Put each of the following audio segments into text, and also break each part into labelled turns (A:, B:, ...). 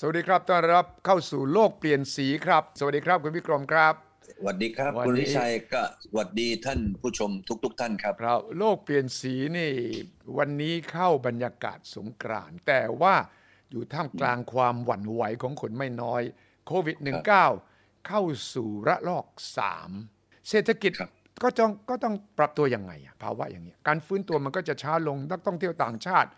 A: สวัสดีครับต้อนรับเข้าสู่โลกเปลี่ยนสีครับ สวัสดีครับคุณวิกรมครับ
B: สวัสดีครับ
A: วันนี้
B: คุณวิชัยก็สวัสดีท่านผู้ชมทุก ๆ ท่านครับ
A: เราโลกเปลี่ยนสีนี่ วันนี้เข้าบรรยากาศสงกรานต์แต่ว่าอยู่ท่ามกลางความหวั่นไหวของคนไม่น้อยโควิด -19 เข้าสู่ระลอก 3 เศรษฐกิจ
B: ครับ
A: ก็ต้องก็ต้องปรับตัวยังไงอะภาวะอย่างเงี้ยการฟื้นตัวมันก็จะช้าลงนักท่องเที่ยวต่างชาติ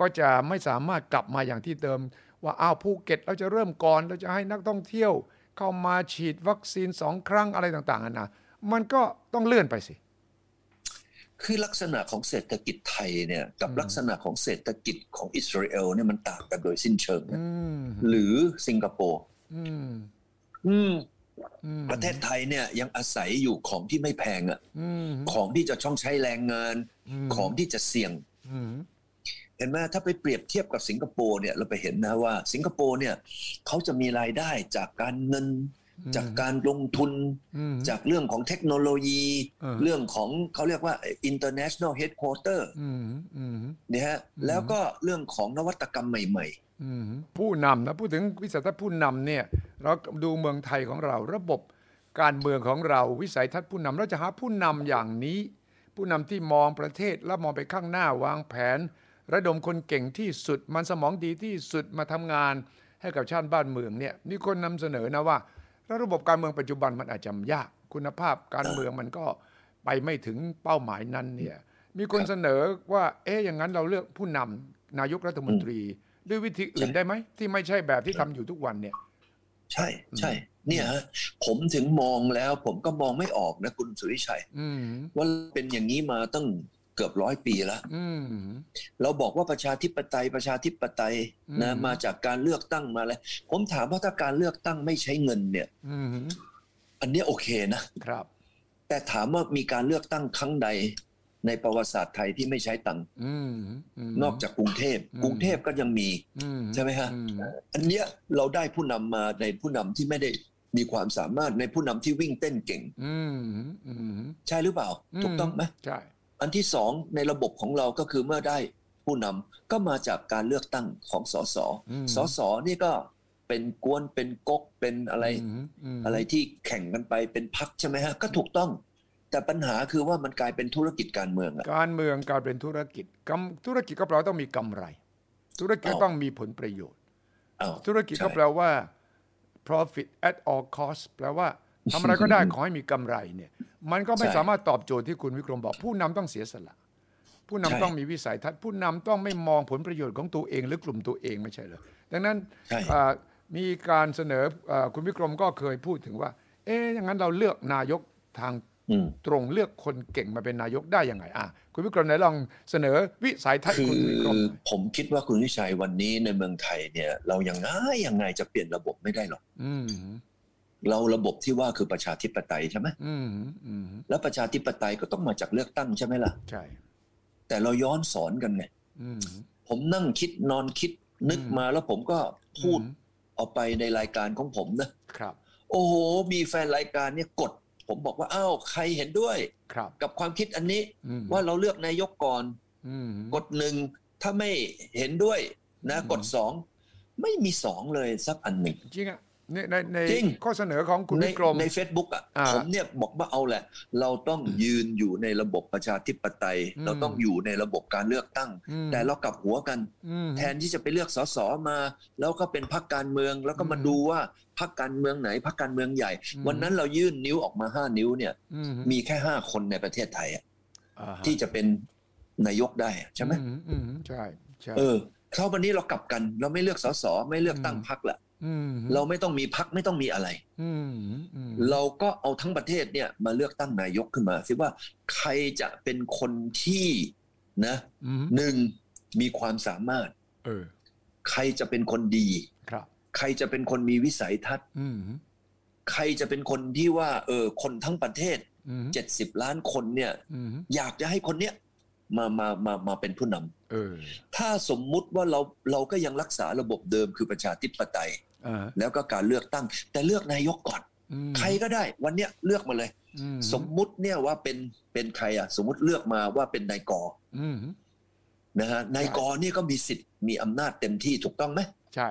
A: ก็จะไม่สามารถกลับมาอย่างที่เดิม ว่าอ้าวภูเก็ตเราจะเริ่มก่อนเราจะให้นักท่องเที่ยว เข้ามาฉีดวัคซีนสองครั้งอะไรต่างๆนานามันก็ต้องเลื่อนไปสิ
B: คือลักษณะของเศรษฐกิจไทยเนี่ยกับ
A: อืม
B: ลักษณะของเศรษฐกิจของอิสราเอลเนี่ยมันต่างกันโดยสิ้นเชิง
A: อื
B: นะ
A: ม
B: หรือสิงคโปร์
A: อืม
B: อืม
A: อืม
B: ประเทศไทยเนี่ยยังอาศัยอยู่ของที่ไม่แพงอะ
A: อืม
B: ของที่จะช่องใช้แรงงาน
A: ม
B: ของที่จะเสี่ยง
A: อืม
B: เห็นไหมถ้าไปเปรียบเทียบกับสิงคโปร์เนี่ยเราไปเห็นนะว่า สิงคโปร์เนี่ยเขาจะมีรายได้จากการเงิน จากการลงทุน
A: อืม
B: จากเรื่องของเทคโนโลยี
A: อ่า
B: เรื่องของเขาเรียกว่า international headquarter
A: อืมอืม
B: นะฮะ
A: อืม
B: แล้วก็เรื่องของนวัตกรรมใหม่
A: อืมผู้นำนะพูดถึงวิสัยทัศน์ผู้นำเนี่ย เราดูเมืองไทยของเราระบบการเมืองของเราวิสัยทัศน์ผู้นำเราจะหาผู้นำอย่างนี้ ผู้นำที่มองประเทศและมองไปข้างหน้าวางแผน ระดมคนเก่งที่สุด มันสมองดีที่สุดมาทำงาน ให้กับชาติบ้านเมืองเนี่ยมีคนนำเสนอนะว่าระบบการเมืองปัจจุบันมันอาจจะยาก คุณภาพการเมืองมันก็ไปไม่ถึงเป้าหมายนั้นเนี่ยมีคนเสนอว่าเอ๊ะอย่างนั้นเราเลือกผู้นำนายกรัฐมนตรี ด้วยวิธีอื่นได้ไหม ที่ไม่ใช่แบบที่ทำอยู่ทุกวันเนี่ย
B: ๆ ใช่ใช่เนี่ยฮะผมถึงมองแล้วผมก็มองไม่ออกนะคุณสุริชัย
A: อืม
B: ว่าเป็นอย่างนี้มาตั้งเกือบร้อยปีแล้ว
A: อืม
B: เราบอกว่าประชาธิปไตยประชาธิปไตยนะ
A: อืม
B: มาจากการเลือกตั้งมาแล้วผมถามว่าถ้าการเลือกตั้งไม่ใช้เงินเนี่ย
A: อืม
B: อันเนี้ยโอเคนะ
A: ครับ
B: แต่ถามว่ามีการเลือกตั้งครั้งใด ในประวัติศาสตร์ไทยที่ไม่ใช้ตังค์
A: อืมม
B: นอกจากกรุงเทพ
A: อืม
B: กรุงเทพก็ยังมี
A: อื
B: ใช่ไหมฮะ
A: อืม
B: อันเนี้ยเราได้ผู้นำมาในผู้นำที่ไม่ได้มีความสามารถในผู้นำที่วิ่งเต้นเก่ง
A: อืมอืม
B: ใช่หรือเปล่า ถูกต้องไหม
A: ใช่
B: อันที่สองในระบบของเราก็คือเมื่อได้ผู้นำก็มาจากการเลือกตั้งของสส
A: อืม
B: สสนี่ก็เป็นกวนเป็นก๊กเป็นอะไร
A: มม
B: อะไรที่แข่งกันไปเป็นพักใช่ไหมฮะก็ถูกต้อง แต่ปัญหาคือว่ามันกลายเป็นธุรกิจการเมืองอะ
A: การเมืองการเป็นธุรกิจกำธุรกิจก็แปลว่าต้องมีกำไร ธุรกิจก็
B: อ้าว
A: ต้องมีผลประโยชน์
B: อ้าว
A: ธุรกิจ
B: ใช่
A: ก็แปลว่า profit at all cost แปลว่าทำอะไร ก็ได้ ขอให้มีกำไรเนี่ย มันก็ไม่
B: ใช่
A: สามารถตอบโจทย์ที่คุณวิกรมบอก ผู้นำต้องเสียสละ ผู้นำ
B: ใช่
A: ต้องมีวิสัยทัศน์ ผู้นำต้องไม่มองผลประโยชน์ของตัวเองหรือกลุ่มตัวเองไม่ใช่เหรอดังนั้น
B: ใช่
A: อ่ามีการเสนออ่าคุณวิกรมก็เคยพูดถึงว่า เอ๊ะอย่างนั้นเราเลือกนายกทาง
B: อืม
A: ตรงเลือกคนเก่งมาเป็นนายกได้ยังไงอ่ะคุณวิกรมไหนลองเสนอวิสัยทัศน์
B: คื
A: คุณ
B: อ
A: วิกรมหน่อย
B: ผมคิดว่าคุณวิชัยวันนี้ในเมืองไทยเนี่ย เรายังไงยังไงจะเปลี่ยนระบบไม่ได้หรอก
A: อืม
B: เราระบบที่ว่าคือประชาธิปไตยใช่ไหม
A: อืมอืม
B: แล้วประชาธิปไตยก็ต้องมาจากเลือกตั้งใช่ไหมล่ะ
A: ใช่
B: แต่เราย้อนสอนกันไง
A: อืม
B: ผมนั่งคิดนอนคิดนึก
A: อืม
B: มาแล้วผมก็พูด
A: อืม
B: ออกไปในรายการของผมนะ
A: ครับ
B: โอ้โห มีแฟนรายการเนี่ยกด ผมบอกว่า อ้าว ใครเห็นด้วย
A: ครับ
B: กับความคิดอันนี้
A: อืม
B: ว่าเราเลือกนายกก่อน
A: อืม
B: กดหนึ่งถ้าไม่เห็นด้วยนะ
A: อืม
B: กดสองไม่มีสองเลยสักอันหนึ่ง
A: จริงอ่ะในในใน
B: จริง
A: ข้อเสนอของคุณ
B: ใน
A: วิกรม
B: ใน Facebook อ่ะ
A: อ่า
B: ผมเนี่ยบอกว่าเอาแหละ เราต้องยืนอยู่ในระบบประชาธิปไตย
A: อืม
B: เราต้องอยู่ในระบบการเลือกตั้ง
A: อืม
B: แต่เรากลับหัวกัน
A: อืม
B: แทนที่จะไปเลือกสสมา แล้วก็เป็นพรรคการเมือง แล้วก็มา
A: อืม
B: ดูว่าพรรคการเมืองไหนพรรคการเมืองใหญ่
A: อืม
B: วันนั้นเรายื่นนิ้วออกมาห้านิ้วเนี่ย
A: อืม
B: มีแค่ห้าคนในประเทศไทยอะ
A: อ่าฮ
B: ที่จะเป็นนายกได้อะใช่ไหม
A: อือืมใช่ใช่
B: เออเท่าวันนี้เรากลับกัน เราไม่เลือกสสไม่เลือกตั้ง
A: อืม
B: พรรคละ
A: ม
B: เราไม่ต้องมีพรรคไม่ต้องมีอะไร
A: อืมอืม
B: เราก็เอาทั้งประเทศเนี่ยมาเลือกตั้งนายกขึ้นมาสิว่าใครจะเป็นคนที่นะ
A: อืม
B: หนึ่งมีความสามารถ
A: เออ
B: ใครจะเป็นคนดี
A: ครับ
B: ใครจะเป็นคนมีวิสัยทัศน์
A: อืม
B: ใครจะเป็นคนที่ว่าเออคนทั้งประเทศ
A: อืม
B: 70 ล้านคนเนี่ย
A: อืม
B: อยากจะให้คนเนี้ยมามามามาเป็นผู้นำ
A: เออ
B: ถ้าสมมุติว่าเราเราก็ยังรักษาระบบเดิมคือประชาธิปไตย
A: อ่า
B: แล้วก็การเลือกตั้ง แต่เลือกนายกก่อน
A: อืม
B: ใครก็ได้วันเนี้ยเลือกมาเลย
A: อื
B: สมมุติเนี่ยว่าเป็นเป็นใครอ่ะสมมุติเลือกมาว่าเป็นนายก
A: อืม
B: นะฮะนายกนี่ก็มีสิทธิ์มีอำนาจเต็มที่ถูกต้องไหม
A: ใช่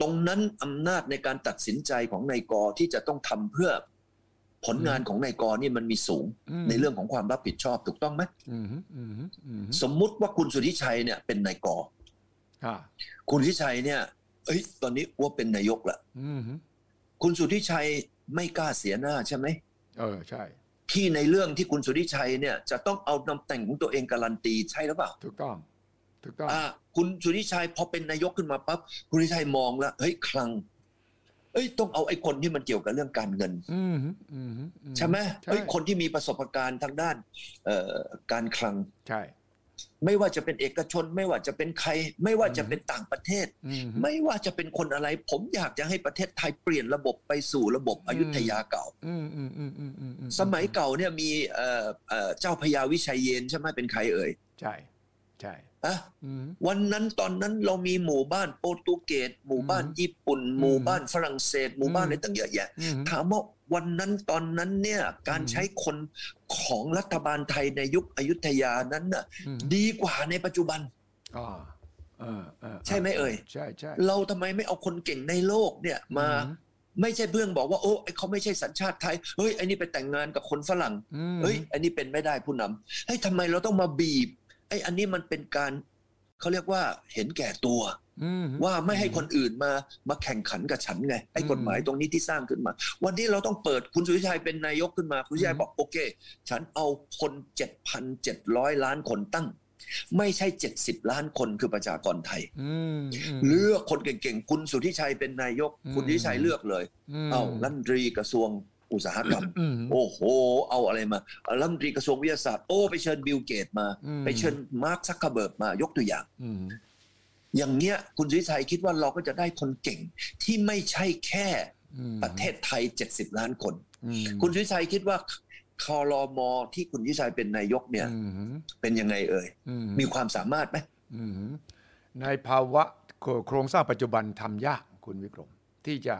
B: ตรงนั้นอำนาจในการตัดสินใจของนายกที่จะต้องทำเพื่อผลงานของนายกนี่มันมีสูง
A: อืม
B: ในเรื่องของความรับผิดชอบถูกต้องไหม
A: อืมอืมอืม
B: สมมุติว่าคุณสุทธิชัยเนี่ยเป็นนายก
A: อ่า
B: คุณสุทธิชัยเนี่ยเอ้ยตอนนี้อ้ว่าเป็นนายกละ
A: อืม
B: คุณสุทธิชัยไม่กล้าเสียหน้าใช่ไหม
A: เออใช่
B: ที่ในเรื่องที่คุณสุทธิชัยเนี่ยจะต้องเอาตำแหน่งของตัวเองการันตีใช่หรือเปล่า
A: ถูกต้อง ถูกต้อง
B: อ่าคุณสุทธิชัยพอเป็นนายกขึ้นมาปั๊บคุณสุทธิชัยมองแล้วเฮ้ยคลังเอ้ยต้องเอาไอ้คนที่มันเกี่ยวกับเรื่องการเงิน
A: อืมอืมอื
B: ใช่ไหม
A: ใช่
B: เอ้ยคนที่มีประสบการณ์ทางด้านเอ่อการคลัง
A: ใช่
B: ไม่ว่าจะเป็นเอกชน ไม่ว่าจะเป็นใคร ไม่ว่าจะเป็นต่างประเทศ
A: อืม
B: ไม่ว่าจะเป็นคนอะไร ผมอยากจะให้ประเทศไทยเปลี่ยนระบบไปสู่ระบบ
A: อืม
B: อยุธยาเก่า
A: อืมอืมอืมอืมอือื
B: สมัยเก่าเนี่ยมีเอ่อเอ่อเจ้าพญาวิชัยเยนใช่ไหมเป็นใครเอ่ย
A: ใช่ใช่
B: อะ
A: อืม
B: วันนั้นตอนนั้นเรามีหมู่บ้านโปรตุเกสหมู่บ้าน
A: อืม
B: ญี่ปุ่น
A: อืม
B: หมู่บ้านฝรั่งเศส หมู่บ้าน
A: อืม
B: อะไรต่างเยอะแยะ
A: อืม
B: ถามว่าวันนั้นตอนนั้นเนี่ยการ
A: อืม
B: ใช้คนของรัฐบาลไทยในยุคอยุธยานั้นน่ะ
A: อืม
B: ดีกว่าในปัจจุบัน
A: อ่าอ่าอ่า
B: ใช่ไหมเอ่ย
A: ใช่ใช่
B: เราทำไมไม่เอาคนเก่งในโลกเนี่ยมา
A: อืม
B: ไม่ใช่เพื่อนบอกว่าโอ้ไอ้เขาไม่ใช่สัญชาติไทยเฮ้ยไอ้นี่ไปแต่งงานกับคนฝรั่ง
A: อืม
B: เฮ้ยอันนี้เป็นไม่ได้ผู้นำเฮ้ยทำไมเราต้องมาบีบไอ้อันนี้มันเป็นการเขาเรียกว่าเห็นแก่ตัว
A: อืม
B: ว่าไม่ให้คนอื่นมามาแข่งขันกับฉันไงไอ้
A: อืม
B: กฎหมายตรงนี้ที่สร้างขึ้นมา วันนี้เราต้องเปิดคุณสุวิชัยเป็นนายกขึ้นมา คุณสุวิชัย
A: อืม
B: บอกโอเค ฉันเอาคน 7,700 ล้านคนตั้ง ไม่ใช่ 70 ล้านคนคือประชากรไทย
A: อืมม
B: เลือกคนเก่งๆ คุณสุทธิชัยเป็นนายก
A: อืม
B: คุณสุทธิชัยเลือกเลย
A: ม
B: เอารัฐมนตรีกระทรวงอุตสาหกรรม
A: อืม
B: โอ้โห เอาอะไรมาเอารัฐมนตรีกระทรวงวิทยาศาสตร์โอ้ไปเชิญบิลเกตมา
A: อืม
B: ไปเชิญมาร์คซักเคอร์เบิร์กมายกตัวอย่าง
A: อืม
B: อย่างเงี้ยคุณสุวิชัยคิดว่าเราก็จะได้คนเก่งที่ไม่ใช่แค่
A: อืม
B: ประเทศไทย 70 ล้านคน
A: อืม
B: คุณสุวิชัยคิดว่าคอรอมอที่คุณสุวิชัยเป็นนายกเนี่ย
A: อืม
B: เป็นยังไงเอ่ย
A: อืม
B: มีความสามารถไหม
A: อืมในภาวะโคโครงสร้างปัจจุบันทำยากคุณวิกรม ที่จะ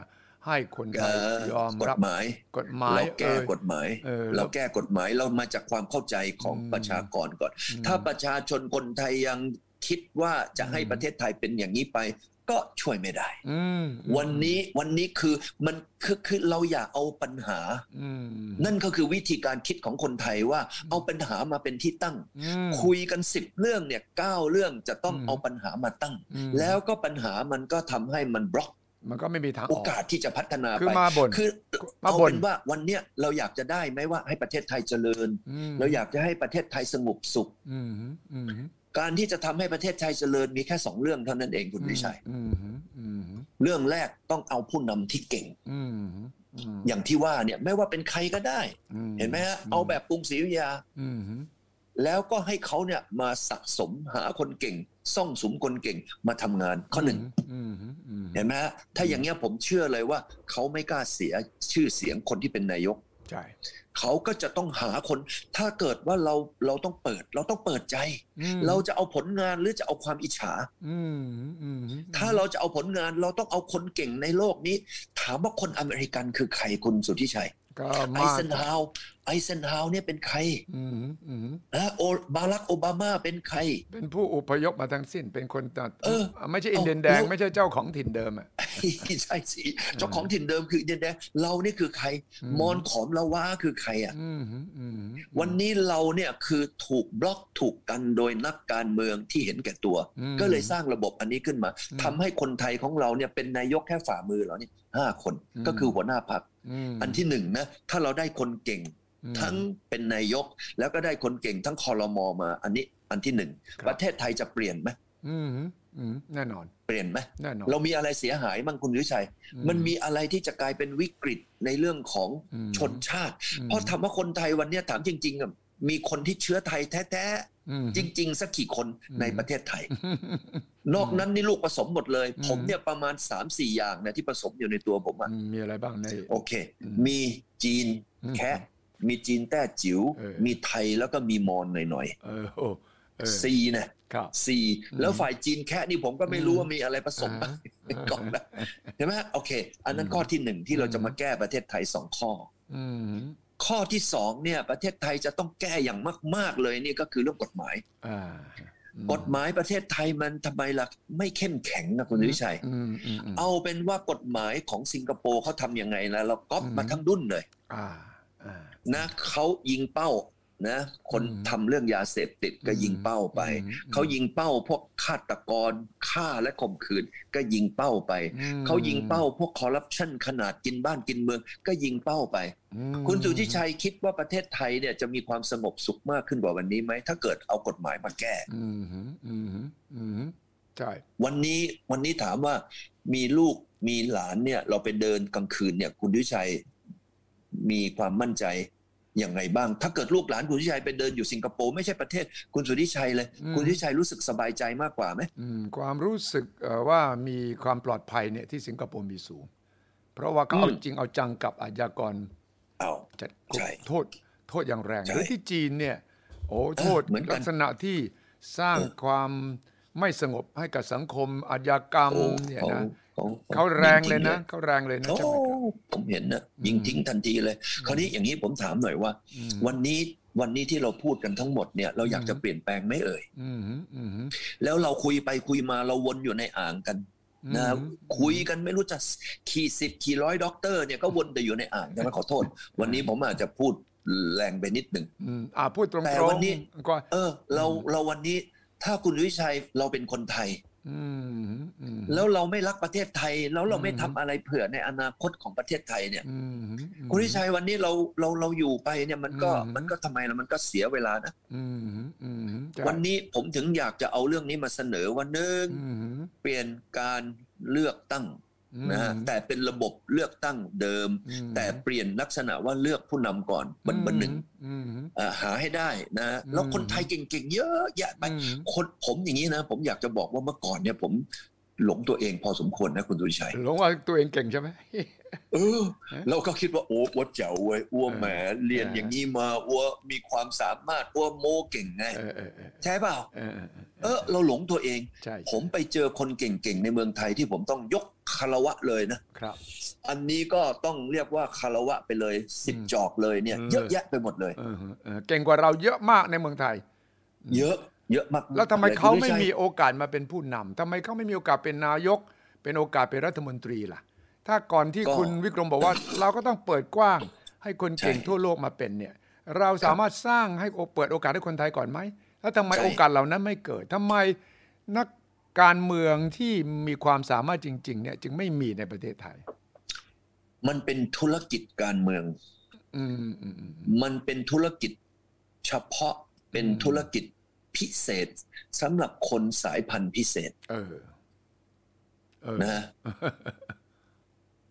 A: ให้คนไท
B: เอ่
A: ย
B: อย
A: อม
B: ก
A: รั
B: ฎ
A: บ
B: หมาย
A: กฎหมาย
B: เราแก้
A: เอ่ย
B: กฎหมาย
A: เออ
B: เราแก้กฎหมายเรามาจากความเข้าใจของ
A: อืม
B: ประชากรก่อน
A: อืม
B: ถ้าประชาชนคนไทยยังคิดว่าจะให้
A: อืม
B: ประเทศไทยเป็นอย่างนี้ไป ก็ช่วยไม่ได้
A: อืม
B: วันนี้วันนี้คือมันคือคือเราอยากเอาปัญหา
A: อืม
B: นั่นก็คือวิธีการคิดของคนไทยว่าเอาปัญหามาเป็นที่ตั้ง
A: อืม
B: คุยกันสิบเรื่องเนี่ยเก้าเรื่องจะต้อง
A: อืม
B: เอาปัญหามาตั้ง
A: อืม
B: แล้วก็ปัญหามันก็ทำให้มันบล็อก
A: มันก็ไม่มีทางอ
B: โอ
A: อก
B: กาสที่จะพัฒนา
A: คือ
B: ไป
A: มาบ่น
B: คือ
A: มา
B: เอา
A: บ่น
B: เป็นว่าวันเนี้ยเราอยากจะได้ไหมว่าให้ประเทศไทยเจริญ
A: ม
B: เราอยากจะให้ประเทศไทยสงบสุข
A: อืมอืม
B: การที่จะทำให้ประเทศไทยเจริญมีแค่สองเรื่องเท่านั้นเองคุณวิชัย
A: อืมอืม
B: เรื่องแรกต้องเอาผู้นำที่เก่ง
A: อืมอืม
B: อย่างที่ว่าเนี่ยไม่ว่าเป็นใครก็ได้
A: อื
B: เห็นไหมฮะเอาแบบกรุงศรีอยุธยา
A: อืม
B: แล้วก็ให้เขาเนี่ยมาสะสมหาคนเก่ง ซ่องสุมคนเก่งมาทำงานข้อหนึ่ง
A: อืมอืม
B: เห็นไหมฮะถ้าอย่างเงี้ยผมเชื่อเลยว่า เขาไม่กล้าเสียชื่อเสียงคนที่เป็นนายก
A: ใช่
B: เขาก็จะต้องหาคนถ้าเกิดว่าเราเราต้องเปิด เราต้องเปิดใจ
A: อืม
B: เราจะเอาผลงานหรือจะเอาความอิจฉา
A: อืมอืม
B: ถ้าเราจะเอาผลงานเราต้องเอาคนเก่งในโลกนี้ ถามว่าคนอเมริกันคือใครคุณสุทธิชัย
A: ก็
B: ไอ
A: มา
B: เซนฮาวไอเซนฮาวเนี่ยเป็นใคร
A: อืมอืม
B: นะโอบารักโอบามาเป็นใคร
A: เป็นผู้อพยพมาทั้งสิ้นเป็นคนตัด
B: เออ
A: ไม่ใช่อินเดียนแดง
B: เอา
A: ไม่ใช่เจ้าของถิ่นเดิมอ่ะ
B: ใช่สิเจ้าของถิ่นเดิมคืออินเดียนแดงเรานี่คือใคร
A: อืม
B: มอนขอมละวาคือใครอ่ะ
A: อืมอืม
B: วันนี้เราเนี่ยคือถูกบล็อกถูกกันโดยนักการเมืองที่เห็นแก่ตัว
A: อืม
B: ก็เลยสร้างระบบอันนี้ขึ้นมา
A: อืม
B: ทำให้คนไทยของเราเนี่ยเป็นนายกแค่ฝ่ามือเหรอเนี่ยห้าคน
A: อืม
B: ก็คือหัวหน้าพรรค
A: ม
B: อันที่หนึ่งนะถ้าเราได้คนเก่งทั้งเป็นนายก แล้วก็ได้คนเก่งทั้งคอรมอมา อันนี้อันที่หนึ่ง
A: ครับ
B: ประเทศไทยจะเปลี่ยนไหม
A: อืมอืมแน่นอน
B: เปลี่ยนไหม
A: แน่นอน
B: เรามีอะไรเสียหายบ้างคุณวิชัย
A: อื
B: มันมีอะไรที่จะกลายเป็นวิกฤตในเรื่องของ
A: อืม
B: ชนชาติ
A: อืม
B: เพราะธรรมะคนไทยวันเนี้ยถามจริงๆอะมีคนที่เชื้อไทยแท้
A: อืม
B: ๆ จริง ๆ สักกี่คน
A: อืม
B: ในประเทศไทย นอกนั้นนี่ลูกผสมหมดเลย
A: อืม
B: ผมเนี่ยประมาณ 3 4 อย่างนะที่ผสมอยู่ในตัวผมอะ
A: อืมมีอะไรบ้างใน
B: โอเค
A: อืม
B: มีจีน
A: อืม
B: แคะมีจีนแต้จิ๋ว
A: เออ
B: มีไทยแล้วก็มีมอญหน่อย
A: เออโอ้เออ
B: ๆซีนะครับ ซี
A: อืม
B: แล้วฝ่ายจีนแคะนี่ผมก็ไม่รู้ว่ามีอะไรผสมบ้าง
A: า
B: ก่อนนะเห็นไหมโอเค อันนั้น
A: อืม
B: ข้อที่หนึ่งที่เราจะ
A: อืม
B: มาแก้ประเทศไทยสองข้อ
A: อืม
B: ข้อที่สองเนี่ยประเทศไทยจะต้องแก้อย่างมาก ๆ เลยนี่ก็คือเรื่องกฎหมาย
A: อ่า
B: กฎหมายประเทศไทยมันทำไมล่ะไม่เข้มแข็งนะคุณวิชัย
A: อืมอืมอืม
B: เอาเป็นว่ากฎหมายของสิงคโปร์เขาทำยังไงนะเราก๊อปมาทั้งดุนเลย
A: อ่าอ่า
B: นะเขายิงเป้านะคน
A: อืม
B: ทำเรื่องยาเสพติดก็
A: อืม
B: ยิงเป้าไป
A: อืม
B: เขายิงเป้าพวกฆาตกรฆ่าและข่มขืนก็ยิงเป้าไป
A: อืม
B: เขายิงเป้าพวกคอร์รัปชันขนาดกินบ้านกินเมือง ก็ยิงเป้าไป
A: อืม
B: คุณสุทธิชัยคิดว่าประเทศไทยเนี่ยจะมีความสงบสุขมากขึ้นกว่าวันนี้ไหมถ้าเกิดเอากฎหมายมาแก้
A: อืมอืมอืมอืมใช่
B: วันนี้วันนี้ถามว่ามีลูกมีหลานเนี่ย เราไปเดินกลางคืนเนี่ย คุณดุชัยมีความมั่นใจอย่างไรบ้าง ถ้าเกิดลูกหลานคุณดุชัยไปเดินอยู่สิงคโปร์ไม่ใช่ประเทศ คุณสุทธิชัยเลย คุณสุทธิชัยรู้สึกสบายใจมากกว่าไหม
A: อืมความรู้สึกเอ่อว่ามีความปลอดภัยเนี่ยที่สิงคโปร์มีสูง เพราะว่าเขาเอาจริงเอาจังกับอาชญากร
B: เอา
A: จัด
B: ใช่
A: โทษโทษอย่างแรง
B: ใช่
A: หรือที่จีนเนี่ยโอ้โทษ
B: เหมือนกัน
A: ลักษณะที่สร้างความไม่สงบให้กับสังคมอาชญากรรม
B: โอ้
A: เนี่ย
B: เขา
A: นะ
B: เขาเขา
A: เขาแรง
B: จริงๆ
A: เลยนะ
B: เลย
A: เขาแรงเลยนะ
B: โอ้
A: ใช่ไหมครับ
B: ผมเห็นนะยิงทิ้งทันทีเลย คราวนี้อย่างนี้ผมถามหน่อยว่า
A: อืม
B: วันนี้วันนี้ที่เราพูดกันทั้งหมดเนี่ยเราอยากจะเปลี่ยนแปลงไหม่เอ่ย
A: อืมฮึอืมฮึ
B: แล้วเราคุยไปคุยมาเราวนอยู่ในอ่างกันนะ
A: อืมฮึ
B: คุยกันไม่รู้จะขี่สิบขี่ร้อยด็อกเตอร์เนี่ยก็วนแต่อยู่ในอ่างใช่ไหมขอโทษ วันนี้ผมอาจจะพูดแรงไปนิดหนึ่ง
A: อืมอ่าพูดตรง
B: แต่
A: ตรง
B: วันนี้
A: ก็
B: เออ เรา
A: อืม
B: เราวันนี้ถ้าคุณวิชัยเราเป็นคนไทย
A: อืมฮึอืมฮึ
B: แล้วเราไม่รักประเทศไทย แล้วเราไม่
A: อืม
B: ทำอะไรเผื่อในอนาคตของประเทศไทยเนี่ย
A: อืมฮึอืมฮึ
B: คุณวิชัยวันนี้เราเราเราอยู่ไปเนี่ยมันก็
A: อืม
B: มันก็ทำไมล่ะมันก็เสียเวลานะ
A: อืมฮึอืมฮึใช่
B: วันนี้ผมถึงอยากจะเอาเรื่องนี้มาเสนอวันหนึ่ง
A: อืมฮึ
B: เปลี่ยนการเลือกตั้ง
A: อืมฮึ
B: นะฮะแต่เป็นระบบเลือกตั้งเดิม
A: อืมฮึ
B: แต่เปลี่ยนลักษณะว่าเลือกผู้นำก่อนบันบันหนึ่ง
A: อืมฮึ
B: อ่าหาให้ได้นะแล้ว
A: อืม
B: คนไทยเก่งๆเยอะแยะไป
A: อืมฮึ
B: คนผมอย่างนี้นะ ผมอยากจะบอกว่าเมื่อก่อนเนี่ยผมหลงตัวเองพอสมควรนะคุณสุวิชัย
A: หลงว่าตัวเองเก่งใช่ไหม
B: เออ เราก็คิดว่าโอ้อ้วเจ๋วเว้ยอ้วแหมเรียน
A: เออ
B: อ
A: อ
B: ย่างนี้มาอ้วมีความสามารถอ้วโมเก่งไง
A: เออเออเออ
B: ใช่เปล่า
A: เออเออเออ
B: เออ เราหลงตัวเอง
A: ใช่
B: ผมไปเจอคนเก่งๆในเมืองไทยที่ผมต้องยกคารวะเลยนะ
A: ครับ
B: อันนี้ก็ต้องเรียกว่าคารวะไปเลยสิบ
A: อืม
B: จอกเลยเนี่ย
A: เออ
B: เยอะแยะไปหมดเลย
A: เออเออเก่งกว่าเราเยอะมากในเมืองไทย
B: เยอะ เยอะมากๆ
A: แล้วทำไม
B: ลย
A: เขา
B: คุณ
A: ไม่
B: ชัย
A: มีโอกาสมาเป็นผู้นำทำไมเขาไม่มีโอกาสเป็นนายก เป็นโอกาสเป็นรัฐมนตรีล่ะ ถ้าก่อนที่คุณวิกรมบอกว่า เราก็ต้องเปิดกว้าง ให้คนเก่งทั่วโลกมาเป็นเนี่ย เราสามารถสร้างให้โอเปิดโอกาสให้คนไทยก่อนไหม แล้วทำไมโอกาสเหล่านั้นไม่เกิดทำไมนักการเมืองที่มีความสามารถจริง ๆ เนี่ย จึงไม่มีในประเทศไทย
B: มันเป็นธุรกิจการเมือง
A: อืมอืมอืม
B: มันเป็นธุรกิจเฉพาะเป็น
A: อืม
B: ธุรกิจพิเศษสำหรับคนสายพันธุ์พิเศษ
A: เออ เออ
B: นะฮะ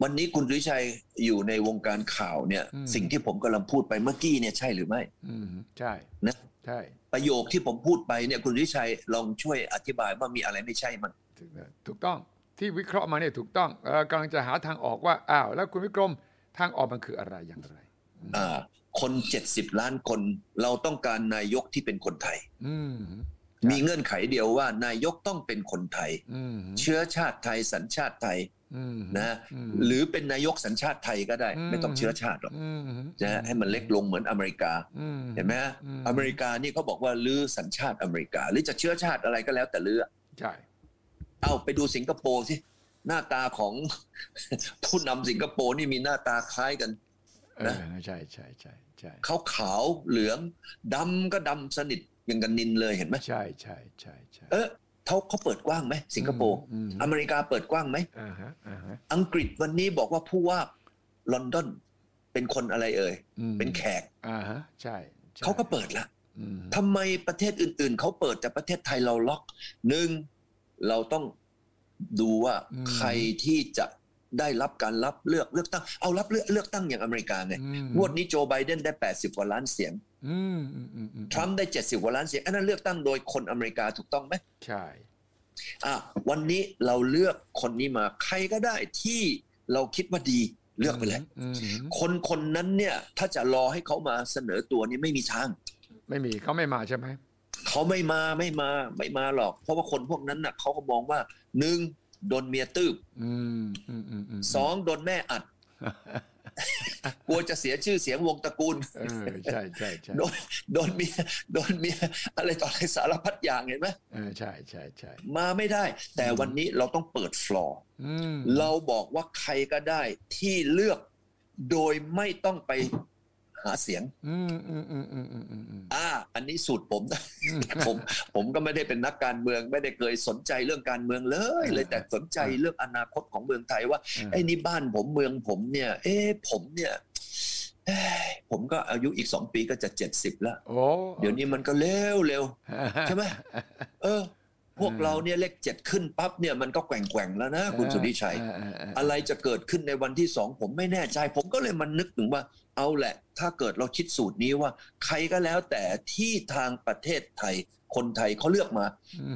B: วันนี้คุณดุชัยอยู่ในวงการข่าวเนี่ย
A: อืม
B: สิ่งที่ผมกำลังพูดไปเมื่อกี้เนี่ยใช่หรือไม่
A: อืมใช่
B: นะ
A: ใช่
B: ประโยคที่ผมพูดไปเนี่ยคุณดุชัยลองช่วยอธิบายว่ามีอะไรไม่ใช่มัน
A: ถูกถูกต้องที่วิเคราะห์มาเนี่ยถูกต้องเอ่อกำลังจะหาทางออกว่าอ้าวแล้วคุณวิกรมทางออกมันคืออะไรอย่างไร
B: อ่าคน 70 ล้านคนเราต้องการนายกที่เป็นคนไทย
A: อืม บ
B: มีเงื่อนไขเดียวว่านายกต้องเป็นคนไทย
A: อืม
B: เชื้อชาติไทยสัญชาติไทย
A: อืม
B: นะ
A: อืม
B: หรือเป็นนายกสัญชาติไทยก็ได้
A: อืม
B: ไม่ต้องเชื้อชาติหรอก
A: อืม
B: นะฮะให้มันเล็กลงเหมือนอเมริกา
A: อืม
B: เห็นไหมฮะ
A: อืม
B: อเมริกานี่เขาบอกว่าลือสัญชาติอเมริกา หรือจะเชื้อชาติอะไรก็แล้วแต่ลือ
A: ใช่
B: เอาไปดูสิงคโปร์สิหน้าตาของ ผู้นำสิงคโปร์นี่มีหน้าตาคล้ายกัน
A: เออ
B: นะ
A: ใช่ใช่ใช่ใช่
B: ขาวขาวๆเหลืองดำก็ดำสนิทอย่างกันนินเลยเห็นไหม
A: ใช่ใช่ใช่ใช่
B: เออเขาเขาเปิดกว้างไหมสิงคโปร์
A: อืม
B: อเมริกาเปิดกว้างไหม
A: อ่าฮะอ่าฮะ
B: อังกฤษวันนี้บอกว่าผู้ว่าลอนดอนเป็นคนอะไรเอ่ย
A: อืม
B: เป็นแขก
A: อ่าฮะใช่ใช่
B: เขาก็เปิดละ
A: อืม
B: ทำไมประเทศอื่น ๆ เขาเปิดแต่ประเทศไทยเราล็อกหนึ่งเราต้องดูว่าใครที่จะได้รับการรับเลือกเลือกตั้ง เอารับเลือกเลือกตั้งอย่างอเมริกาไง
A: อืม
B: งวดนี้โจไบเดนได้ 80 กว่าล้านเสียง
A: อืมอืมอืมอืม
B: ทรัมป์ได้ 70 กว่าล้านเสียง อันนั้นเลือกตั้งโดยคนอเมริกาถูกต้องไหม
A: ใช่
B: อ่ะวันนี้เราเลือกคนนี้มาใครก็ได้ที่เราคิดว่าดีเลือกไปเลย
A: อืม
B: คนคนนั้นเนี่ยถ้าจะรอให้เขามาเสนอตัวนี่ไม่มีทาง
A: ไม่มีเขาไม่มาใช่ไหม
B: เขาไม่มาไม่มาไม่มาหรอก เพราะว่าคนพวกนั้นน่ะเขาก็มองว่าหนึ่งโดนเมียตืบ
A: อืมอืมอืมอืม
B: สองโดนแม่อัด กลัวจะเสียชื่อเสียงวงตระกูล
A: เออใช่ใช่ใช่
B: โดนโดนเมียโดนเมียอะไรต่ออะไรสารพัดอย่างเห็นไหม
A: เออใช่ใช่ใช่
B: มาไม่ได้ แต่วันนี้เราต้องเปิดฟลอร์
A: อืม
B: เราบอกว่าใครก็ได้ที่เลือกโดยไม่ต้องไปหาเสียง
A: อืมอืมอืมอืมอืมอืมอืม
B: อ่า อันนี้สูตรผมนะ
A: อืม
B: ผมผมก็ไม่ได้เป็นนักการเมือง ไม่ได้เคยสนใจเรื่องการเมืองเลย เลยแต่สนใจเรื่องอนาคตของเมืองไทยว่า ไอ้นี่บ้านผมเมืองผมเนี่ย เอ้ผมเนี่ยเอ้ยผมก็อายุอีกสองปีก็จะเจ็ดสิบแล้ว
A: โอ้
B: เดี๋ยวนี้มันก็เร็วเร็วใช่ไหมเออ พวกเราเนี่ยเลขเจ็ดขึ้นปั๊บเนี่ยมันก็แกว่งแกว่งๆแล้วนะคุณสุทธิชัย
A: เออเออเออ
B: อะไรจะเกิดขึ้นในวันที่สองผมไม่แน่ใจ ผมก็เลยมันนึกถึงว่า เอาแหละ ถ้าเกิดเราคิดสูตรนี้ว่า ใครก็แล้วแต่ที่ทางประเทศไทย คนไทยเขาเลือกมา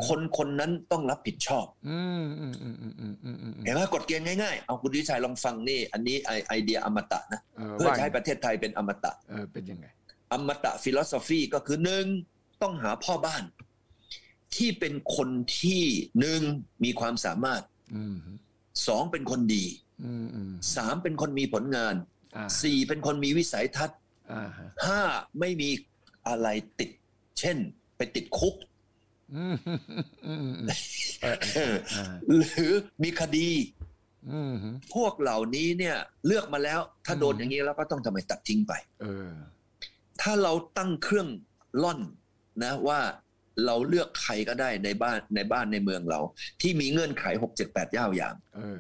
B: คนคนนั้นต้องรับผิดชอบ
A: อืมอืมอืมอืมอืมอืมอืม
B: เห็นไหมกฎเกณฑ์ง่ายๆ เอาคุณดิชัยลองฟังนี่ อันนี้ไอไอเดียอมตะนะ
A: เออ
B: เพื่อ
A: ว่า
B: จะให้ประเทศไทยเป็นอมตะ
A: เออเป็นยังไง
B: อมตะฟิโลโซฟีก็คือหนึ่งต้องหาพ่อบ้าน ที่เป็นคนที่หนึ่งมีความสามารถ
A: อืม
B: สองเป็นคนดี
A: อืมอืม
B: สามเป็นคนมีผลงาน
A: อ่า
B: สี่เป็นคนมีวิสัยทัศน์
A: อ่าฮะ
B: ห้าไม่มีอะไรติด เช่น ไปติดคุก
A: อืมอืมอืมอืมเออเอออ่า
B: หรือมีคดี
A: อืม
B: พวกเหล่านี้เนี่ยเลือกมาแล้ว ถ้าโดนอย่างนี้แล้วก็ต้องทำไมตัดทิ้งไป
A: เออ
B: ถ้าเราตั้งเครื่องล่อนนะว่าเราเลือกใครก็ได้ในบ้านในบ้านในเมืองเรา ที่มีเงื่อนไข 6 7 8ย่าวอย่าง
A: เออ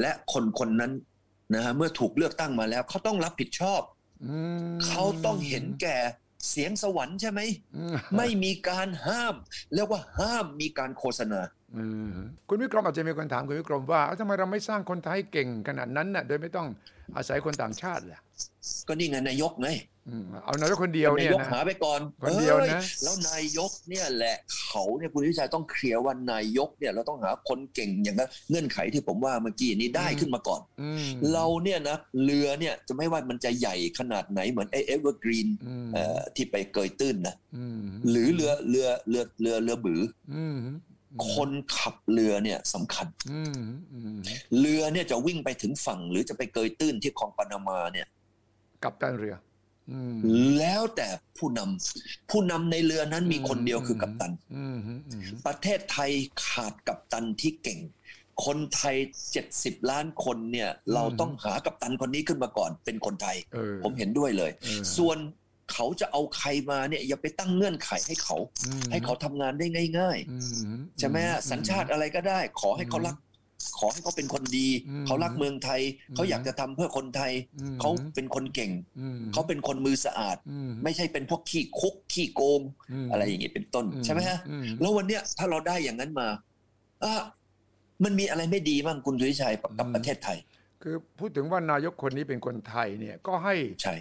B: และคนคนนั้นนะฮะเมื่อถูกเลือกตั้งมาแล้ว เขาต้องรับผิดชอบ
A: อืม
B: เขาต้องเห็นแก่เสียงสวรรค์ใช่ไหม
A: อื
B: ไม่มีการห้ามเรียกว่าห้ามมีการโฆษณา
A: อืมคุณวิกรมอาจจะมีคนถามคุณวิกรมว่าเอ้าทำไมเราไม่สร้างคนไทยเก่งขนาดนั้นน่ะโดยไม่ต้องอาศัยคนต่างชาติล่ะ
B: ก็นี่ไงนายกไง
A: อืมเอานายกคนเดียวเนี่
B: นาย ยก
A: นะ
B: หาไปก่อน
A: คนเดียวนะ
B: อ้แล้วนายกเนี่ยแหละเขาเนี่ยคุณวิชัยต้องเคลียร์ว่านายกเนี่ยเราต้องหาคนเก่งอย่างนั้นเงื่อนไขที่ผมว่าเมื่อกี้นี้ได้ขึ้นมาก่อน
A: อืม
B: เราเนี่ยนะเรือเนี่ยจะไม่ว่ามันจะใหญ่ขนาดไหนเหมือนไอเอเวอร์กรีน
A: อืม
B: ที่ไปเกยตื้นนะ
A: อืม
B: หรือเรือเรือเรือเรือเรือบือ
A: อืม
B: อคนขับเรือเนี่ยสำคัญ
A: อืมอืม
B: เรือเนี่ยจะวิ่งไปถึงฝั่ง หรือจะไปเกยตื้นที่คลองปานามาเนี่ย
A: กับตันเรืออืม
B: แล้วแต่ผู้นำผู้นำในเรือนั้นมีคนเดียวคือกัปตัน
A: อืมอืมอืม
B: ประเทศไทยขาดกัปตันที่เก่ง คนไทย 70 ล้านคนเนี่ยเราต้องหากัปตันคนนี้ขึ้นมาก่อนเป็นคนไทย
A: เออ
B: ผมเห็นด้วยเลย
A: เออ
B: ส่วนเขาจะเอาใครมาเนี่ยอย่าไปตั้งเงื่อนไขให้เขา
A: อืม
B: ให้เขาทำงานได้ง่าย
A: อืม
B: ๆ ใช่ไหมฮะสัญชาติอะไรก็ได้ ขอให้เขารัก ขอให้เขาเป็นคนดี
A: อืม
B: เขารักเมืองไทย
A: อืม
B: เขาอยากจะทำเพื่อคนไทย
A: อืม
B: เขาเป็นคนเก่ง
A: อืม
B: เขาเป็นคนมือสะอาด
A: อื
B: ไม่ใช่เป็นพวกขี้คุกขี้โกง
A: ม
B: อะไรอย่างนี้เป็นต้นใช่ไหมฮะ
A: อื
B: แล้ววันเนี้ยถ้าเราได้อย่างนั้นมาอ่ะมันมีอะไรไม่ดีบ้างคุณสุริชัยกับประเทศไทย
A: คือพูดถึงว่านายกคนนี้เป็นคนไทยเนี่ยก็ให้
B: ใช่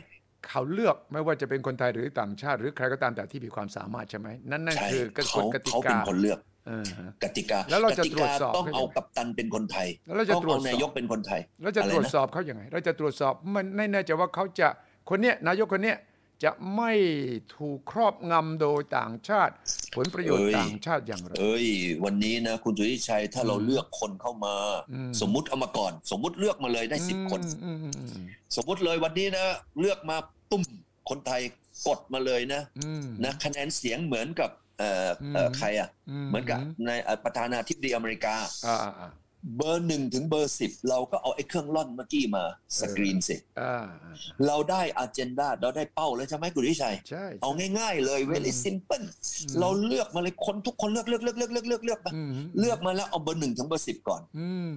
A: เขาเลือกไม่ว่าจะเป็นคนไทยหรือต่างชาติ หรือใครก็ตามแต่ที่มีความสามารถใช่ไหมนั่นนั่น
B: ใช่
A: คือกฎ
B: เขา
A: กติ
B: เขาเป็
A: กาน
B: คนเลือก
A: เออฮะ
B: กติกา
A: แล้วเราจะ
B: ก
A: ตรวจสอบ
B: ต้อง
A: เขายั
B: เอา
A: งไง
B: กัปตันเป็นคนไทย
A: แล้วเราจะ
B: ต้อง
A: ตรวจสอ
B: เอา
A: บ
B: นายกเป็นคนไทย
A: เราจะ
B: อะไร
A: ต
B: นะ
A: รวจสอบเขาอย่างไง เราจะตรวจสอบมันแน่ๆใจว่าเขาจะคนเนี้ยนายกคนเนี้ยจะไม่ถูกครอบงำโดยต่างชาติ ผลประโยชน์ต่างชาติอย่างไร
B: เอ้ย วันนี้นะ คุณสุริชัยถ้าเราเลือกคนเข้ามา
A: อืม
B: สมมุติเอามาก่อน สมมุติเลือกมาเลยได้สิบคน
A: อืมอืมอืม
B: สมมุติเลยวันนี้นะ เลือกมาตุ้มคนไทยกดมาเลยนะ
A: อืม
B: นะคะแนนเสียงเหมือนกับเอ่อเอ่อ
A: ม
B: ใครอ่ะ เหมือนกับในเอ่อประธานาธิบดีอเมริกา
A: อ่าอ่า
B: เบอร์หนึ่งถึงเบอร์สิบเราก็เอาไอ้เครื่องล่อนเมื่อกี้มาสกรีนสิ
A: อ่าอ่า
B: เราได้อาเจนดาเราได้เป้าแล้วใช่ไหมคุณสุริชัย
A: ใช่
B: เอาง่ายๆเลย very simple เราเลือกมาเลยคนทุกคนเลือกเลือกเลือกเลือกเลือกเลือกเลือกมา
A: อืม
B: เลือกมาแล้วเอาเบอร์หนึ่งถึงเบอร์สิบก่อน
A: อืม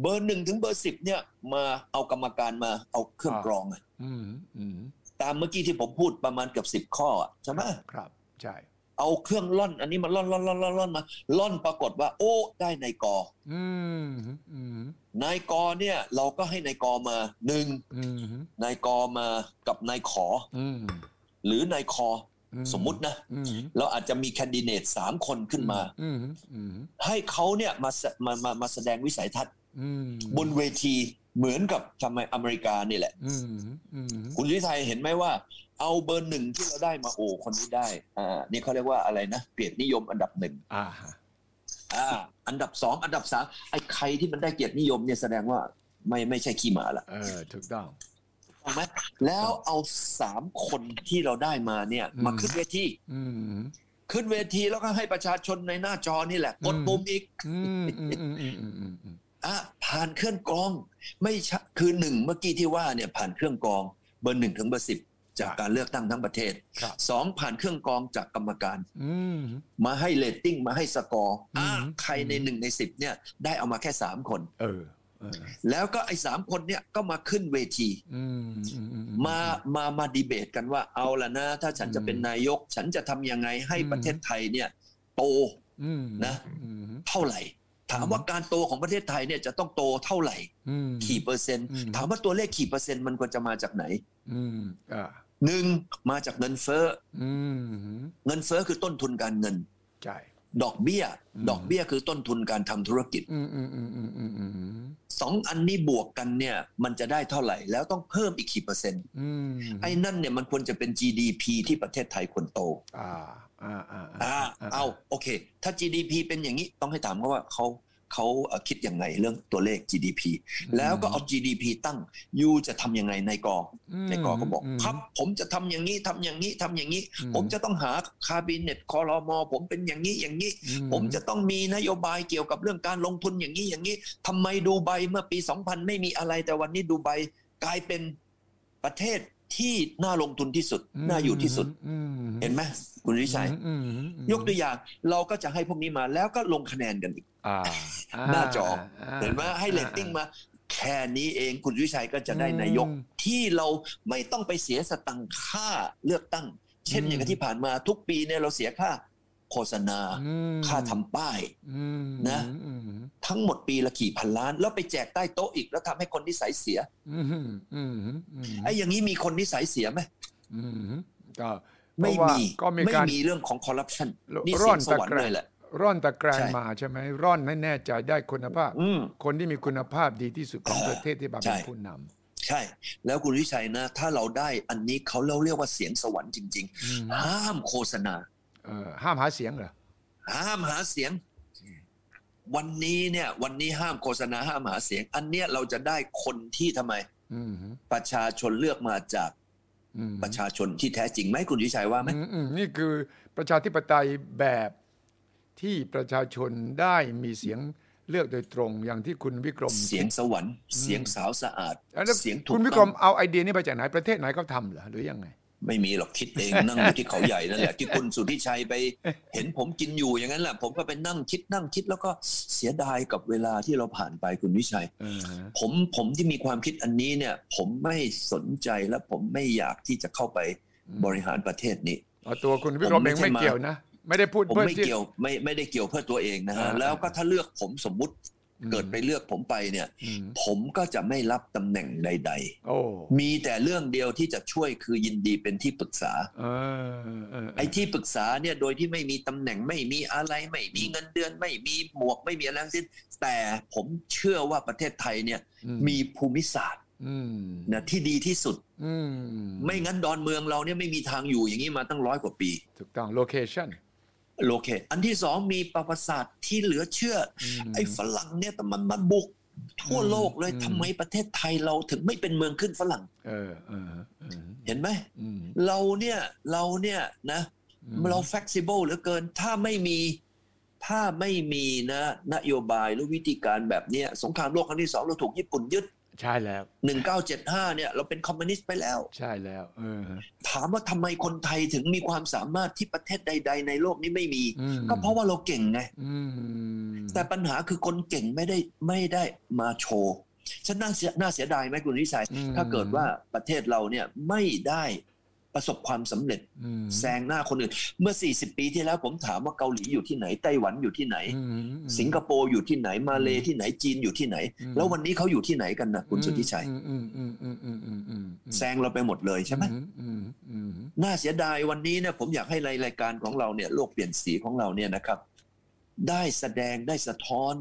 B: เบอร์หนึ่งถึงเบอร์สิบเนี่ยมาเอากรรมการมาเอาเครื่องกรองอะ
A: อืมอืม
B: ตามเมื่อกี้ที่ผมพูดประมาณเกือบสิบ10 ข้ออะใช่ไหม
A: ครับใช่
B: เอาเครื่องล่อน อันนี้มาล่อนล่อนล่อนล่อนล่อนมาล่อนปรากฏว่า โอ้ได้นายกอ
A: อืมอืม
B: นายกอเนี่ยเราก็ให้นายกอมาหนึ่ง
A: อืม
B: นายกอมากับนายขอ
A: อืม
B: หรือนายคอ
A: อื
B: สมมุตินะ
A: อืม
B: เราอาจจะมีแคนดิเดตสามคนขึ้นมา
A: อืมอืม
B: ให้เขาเนี่ยมาแสมามามาแสดงวิสัยทัศน์
A: อืม
B: บนเวทีเหมือนกับทำไมอเมริกานี่แหละ
A: อืมอืม
B: คุณวิชัยเห็นไหมว่า เอาเบอร์หนึ่งที่เราได้มาโอ้คนนี้ได้อ่านี่เขาเรียกว่าอะไรนะเกียรตินิยมอันดับหนึ่ง
A: อ่า
B: อ่าอันดับสองอันดับสามไอ้ใครที่มันได้เกียรตินิยมเนี่ยแสดงว่าไม่ไม่ใช่ขี้หมาละ
A: เออถูกต้อง
B: ถูกไหมแล้วเอาสามคนที่เราได้มาเนี่ยมาขึ้นเวที
A: อืม
B: ขึ้นเวทีแล้วก็ให้ประชาชนในหน้าจอนี่แหละ กด
A: อืม
B: ปุ่มอีก
A: อืมอืมอืมอืมอืมอืมอืม
B: อ่ะผ่านเครื่องกรอง ไม่ใช่คือหนึ่งเมื่อกี้ที่ว่าเนี่ยผ่านเครื่องกรองเบอร์หนึ่งถึงเบอร์สิบจากการเลือกตั้งทั้งประเทศ
A: ครับ
B: สองผ่านเครื่องกรองจากกรรมการ
A: อืม
B: มาให้เลตติ้งมาให้สกอร์อ่ะ
A: อืม
B: ใครในหนึ่งในสิบเนี่ยได้เอามาแค่สามคน
A: เออเออ
B: แล้วก็ไอ้สามคนเนี่ยก็มาขึ้นเวที
A: อืมอืมอืม
B: มามามาดีเบตกันว่าเอาละนะ ถ้าฉันจะเป็นนายก ฉันจะทำยังไงให้
A: อืม
B: ประเทศไทยเนี่ยโต
A: อืม
B: นะ
A: อืม
B: เท่าไหร่ ถามว่าการโตของประเทศไทยเนี่ยจะต้องโตเท่าไหร่
A: อืม
B: กี่เปอร์เซ็นต์
A: อืม
B: ถามว่าตัวเลขกี่เปอร์เซ็นต์มันควรจะมาจากไหน
A: อืมอ่า
B: หนึ่งมาจากเงินเฟ้อ
A: อืม
B: เงินเฟ้อคือต้นทุนการเงิน
A: ใช่
B: ดอกเบี้ย
A: อืม
B: ดอกเบี้ยคือต้นทุนการทำธุรกิจ
A: อืมอืมอืมอืมอืมอืม
B: สองอันนี้บวกกันเนี่ยมันจะได้เท่าไหร่ แล้วต้องเพิ่มอีกกี่เปอร์เซ็นต์
A: อืม
B: ไอ้นั่นเนี่ยมันควรจะเป็น GDP ที่ประเทศไทยควรโต
A: อ่าอ่าอ่า
B: อ่าเอาโอเค ถ้า GDP เป็นอย่างนี้ต้องให้ถามเขาว่าเขาเขาเอ่อคิดยังไงเรื่องตัวเลข GDP แล้วก็เอา GDP ตั้งยูจะทำยังไงในกอในกอก็บอก
A: ม
B: ครับผมจะทำอย่างนี้ทำอย่างนี้ทำอย่างนี้
A: อืม
B: ผมจะต้องหาคาบิเนตคอรมอผมเป็นอย่างนี้อย่างนี้
A: อื
B: ผมจะต้องมีนโยบายเกี่ยวกับเรื่องการลงทุนอย่างนี้อย่างนี้ทำไมดูไบเมื่อปี 2000 ไม่มีอะไรแต่วันนี้ดูไบกลายเป็นประเทศที่น่าลงทุนที่สุด
A: ม
B: น่าอยู่ที่สุด
A: อืม
B: เห็นไหมคุณวิชัย
A: อืมอืม
B: ยกตัวอย่างเราก็จะให้พวกนี้มาแล้วก็ลงคะแนนกันอีก
A: อ่า
B: หน้าจอ
A: า
B: เห็นไหมให้เลตติ้งมา แค่นี้เองคุณวิชัยก็จะได้นายก
A: อืม
B: ที่เราไม่ต้องไปเสียสตังค์ค่าเลือกตั้ง เช่น
A: อืม
B: อย่างที่ผ่านมาทุกปีเนี่ยเราเสียค่าโฆษณา
A: อืม
B: ค่าทำป้าย
A: อืม
B: นะ
A: อืม
B: ทั้งหมดปีละกี่พันล้าน แล้วไปแจกใต้โต๊ะอีกแล้วทำให้คนนิสัยเสีย
A: อืมอืมอืม
B: ไอ้อย่างนี้มีคนนิสัยเสียไหม
A: อืมก็
B: ไม่
A: เพราะว่า
B: มี
A: ก็มี
B: ไม่
A: การ
B: มีเรื่องของคอร์รัปชันนี่
A: ร่อย น
B: เสีงส
A: ตะ
B: วรร
A: แกร
B: ค์เล
A: ง
B: ยแหละ
A: ร่อนตะแกรง
B: ใช่
A: มาใช่ไหมร่อนให้แน่ใจได้คุณภาพ
B: อืม
A: คนที่มีคุณภาพดีที่สุดของ
B: เออ
A: ประเทศที่มาเป็น
B: ใช่
A: ผู้น
B: ใช่ แล้วคุณวิชัยนะ ถ้าเราได้อันนี้เขาเราเรียกว่าเสียงสวรรค์จริง
A: ำอืม
B: ๆ ห้ามโฆษณา
A: เออห้ามหาเสียงเหรอ
B: ห้ามหาเสียง วันนี้เนี่ย วันนี้ห้ามโฆษณาห้ามหาเสียง อันเนี้ยเราจะได้คนที่ทำไม
A: อืม
B: ประชาชนเลือกมาจาก
A: อืม
B: ประชาชนที่แท้จริงไหมคุณวิชัยว่าไหม
A: อืมอืมนี่คือประชาธิปไตยแบบที่ประชาชนได้มีเสียงเลือกโดยตรงอย่างที่คุณวิกรม
B: เสียงสวรรค์ เสียงสาวสะอาด
A: เอ้าแล้ว
B: เสียงถูก
A: คุณวิกร
B: ต้อ
A: ม
B: ง
A: เอาไอเดียนี้มาจากไหนประเทศไหนเขาทำเหรอหรือยังไง
B: ไม่มีหรอกคิดเองนั่งอยู่ที่เขาใหญ่นั่นแหละที่คุณสุทธิชัยไป เห็นผมกินอยู่อย่างนั้นแหละผมก็ไปนั่งคิดนั่งคิดแล้วก็เสียดายกับเวลาที่เราผ่านไปคุณวิชัย
A: เออฮะ
B: ผมผมที่มีความคิดอันนี้เนี่ยผมไม่สนใจและผมไม่อยากที่จะเข้าไปบริหารประเทศนี้
A: เอาตัวคุณวิกรม
B: ผมไม่
A: เอง
B: ใช่
A: ไม่
B: มา
A: เกี่ยวนะ ไม่ได้พูด
B: ผม
A: เพื่อ
B: ไม่
A: ที่
B: เกี่ยวไม่ไม่ได้เกี่ยวเพื่อตัวเองนะฮะ
A: อ่า
B: แล้วก็ถ้าเลือกผมสมมุติ
A: อืม
B: เกิดไปเลือกผมไปเนี่ย
A: อืม
B: ผมก็จะไม่รับตำแหน่งใด
A: โอ้
B: ๆ มีแต่เรื่องเดียวที่จะช่วยคือยินดีเป็นที่ปรึกษา
A: เออเออเอ
B: ไอ้
A: อ
B: ที่ปรึกษาเนี่ยโดยที่ไม่มีตำแหน่งไม่มีอะไรไม่มีเงินเดือนไม่มีหมวกไม่มีอะไรทั้งสิ้นแต่ผมเชื่อว่าประเทศไทยเนี่ย
A: อืม
B: มีภูมิศาสตร์
A: อืม
B: นะที่ดีที่สุด
A: อืม
B: ไม่งั้นดอนเมืองเราเนี่ยไม่มีทางอยู่อย่างนี้มาตั้งร้อยกว่าปี
A: ถูกต้องโลเคชั่น
B: โอเค อันที่สองมีประวัติศาสตร์ที่เหลือเชื่ออ
A: ม
B: ไอ้ฝรั่งเนี่ยแต่มันมาบุกทั่วโลกเลย
A: อืม
B: ทำไมประเทศไทยเราถึงไม่เป็นเมืองขึ้นฝรั่ง
A: เออเออเออ
B: เห็นไหม
A: อืม
B: เราเนี่ยเราเนี่ยนะเรา flexible เหลือเกินถ้าไม่มีถ้าไม่มีนะนโยบายหรือวิธีการแบบเนี้ยสงครามโลกครั้งที่สองเราถูกญี่ปุ่นยึด
A: ใช่แล้ว
B: 1975เนี่ยเราเป็นคอมมิวนิสต์ไปแล้ว
A: ใช่แล้วเออฮะ
B: ถามว่าทำไมคนไทยถึงมีความสามารถที่ประเทศใด ๆ ในโลกนี้ไม่มี
A: อืม
B: ก็เพราะว่าเราเก่งไง
A: อืม
B: แต่ปัญหาคือคนเก่งไม่ได้ไม่ได้มาโชว์ฉันน่าเสียน่าเสียดายไหมคุณวิชัย
A: อืม
B: ถ้าเกิดว่าประเทศเราเนี่ยไม่ได้ประสบความสำเร็จ
A: อืม
B: แซงหน้าคนอื่น เมื่อ 40 ปีที่แล้วผมถามว่าเกาหลีอยู่ที่ไหนไต้หวันอยู่ที่ไหน
A: อืม
B: สิงคโปร์อยู่ที่ไหนมาเลที่ไหนจีนอยู่ที่ไหน
A: อืม
B: แล้ววันนี้เขาอยู่ที่ไหนกันนะคุณสุทธิชัย
A: อืมอืมอืมอืมอืมอืมอืมอืม
B: แซงเราไปหมดเลยใช่ไหม
A: อือืมอืม
B: น่าเสียดายวันนี้เนี่ยผมอยากให้รายรายการของเราเนี่ยโลกเปลี่ยนสีของเราเนี่ยนะครับ ได้แสดงได้สะท้อน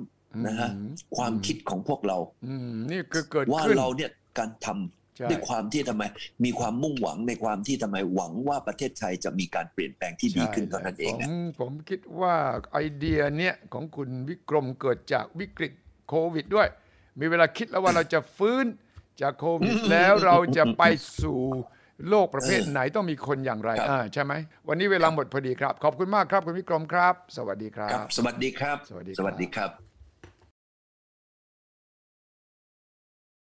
B: นะฮะ ความคิดของพวกเรา
A: อืมนี่คือเกิด
B: ว่า
A: ขึ้น
B: เราเนี่ยการทำ
A: ใช่
B: ด้วยความที่ทำไม มีความมุ่งหวังในความที่ทำไมหวังว่าประเทศไทยจะมีการเปลี่ยนแปลงที่ดีขึ้นเท่านั้นเอง
A: ผม
B: นะ
A: ผมคิดว่าไอเดียเนี่ยของคุณวิกรมเกิดจากวิกฤตโควิดด้วย มีเวลาคิดแล้วว่าเราจะฟื้น จากโควิดแล้วเราจะไปสู่โลกประเภทไหนต้องมีคนอย่างไร
B: ครับ
A: อ่าใช่ไหมวันนี้เวลาหมดพอดีครับ ขอบคุณมากครับคุณวิกรมครับ สวัสดีครั
B: ครับ
A: บ
B: สวัสดีครับ
A: สวัสดีครับ
B: สวัสดีครับ